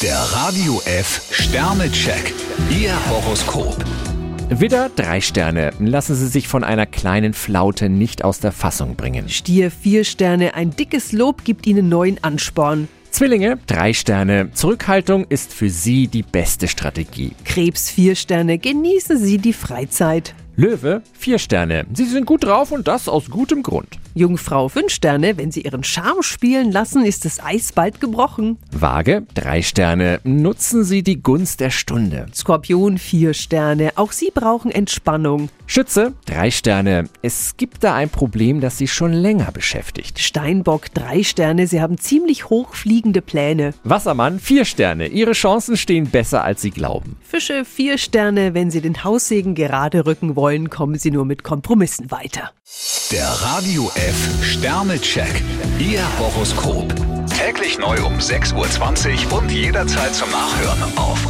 Der Radio F Sternecheck. Ihr Horoskop. Widder, drei Sterne. Lassen Sie sich von einer kleinen Flaute nicht aus der Fassung bringen. Stier vier Sterne, ein dickes Lob gibt Ihnen neuen Ansporn. Zwillinge, drei Sterne. Zurückhaltung ist für Sie die beste Strategie. Krebs vier Sterne, genießen Sie die Freizeit. Löwe, vier Sterne. Sie sind gut drauf und das aus gutem Grund. Jungfrau fünf Sterne, wenn Sie Ihren Charme spielen lassen, ist das Eis bald gebrochen. Waage, drei Sterne. Nutzen Sie die Gunst der Stunde. Skorpion vier Sterne, auch Sie brauchen Entspannung. Schütze, drei Sterne. Es gibt da ein Problem, das Sie schon länger beschäftigt. Steinbock drei Sterne, Sie haben ziemlich hochfliegende Pläne. Wassermann, vier Sterne. Ihre Chancen stehen besser, als Sie glauben. Fische vier Sterne, wenn Sie den Haussegen gerade rücken wollen, kommen Sie nur mit Kompromissen weiter. Der Radio F Sternecheck. Ihr Horoskop. Täglich neu um 6.20 Uhr und jederzeit zum Nachhören auf E.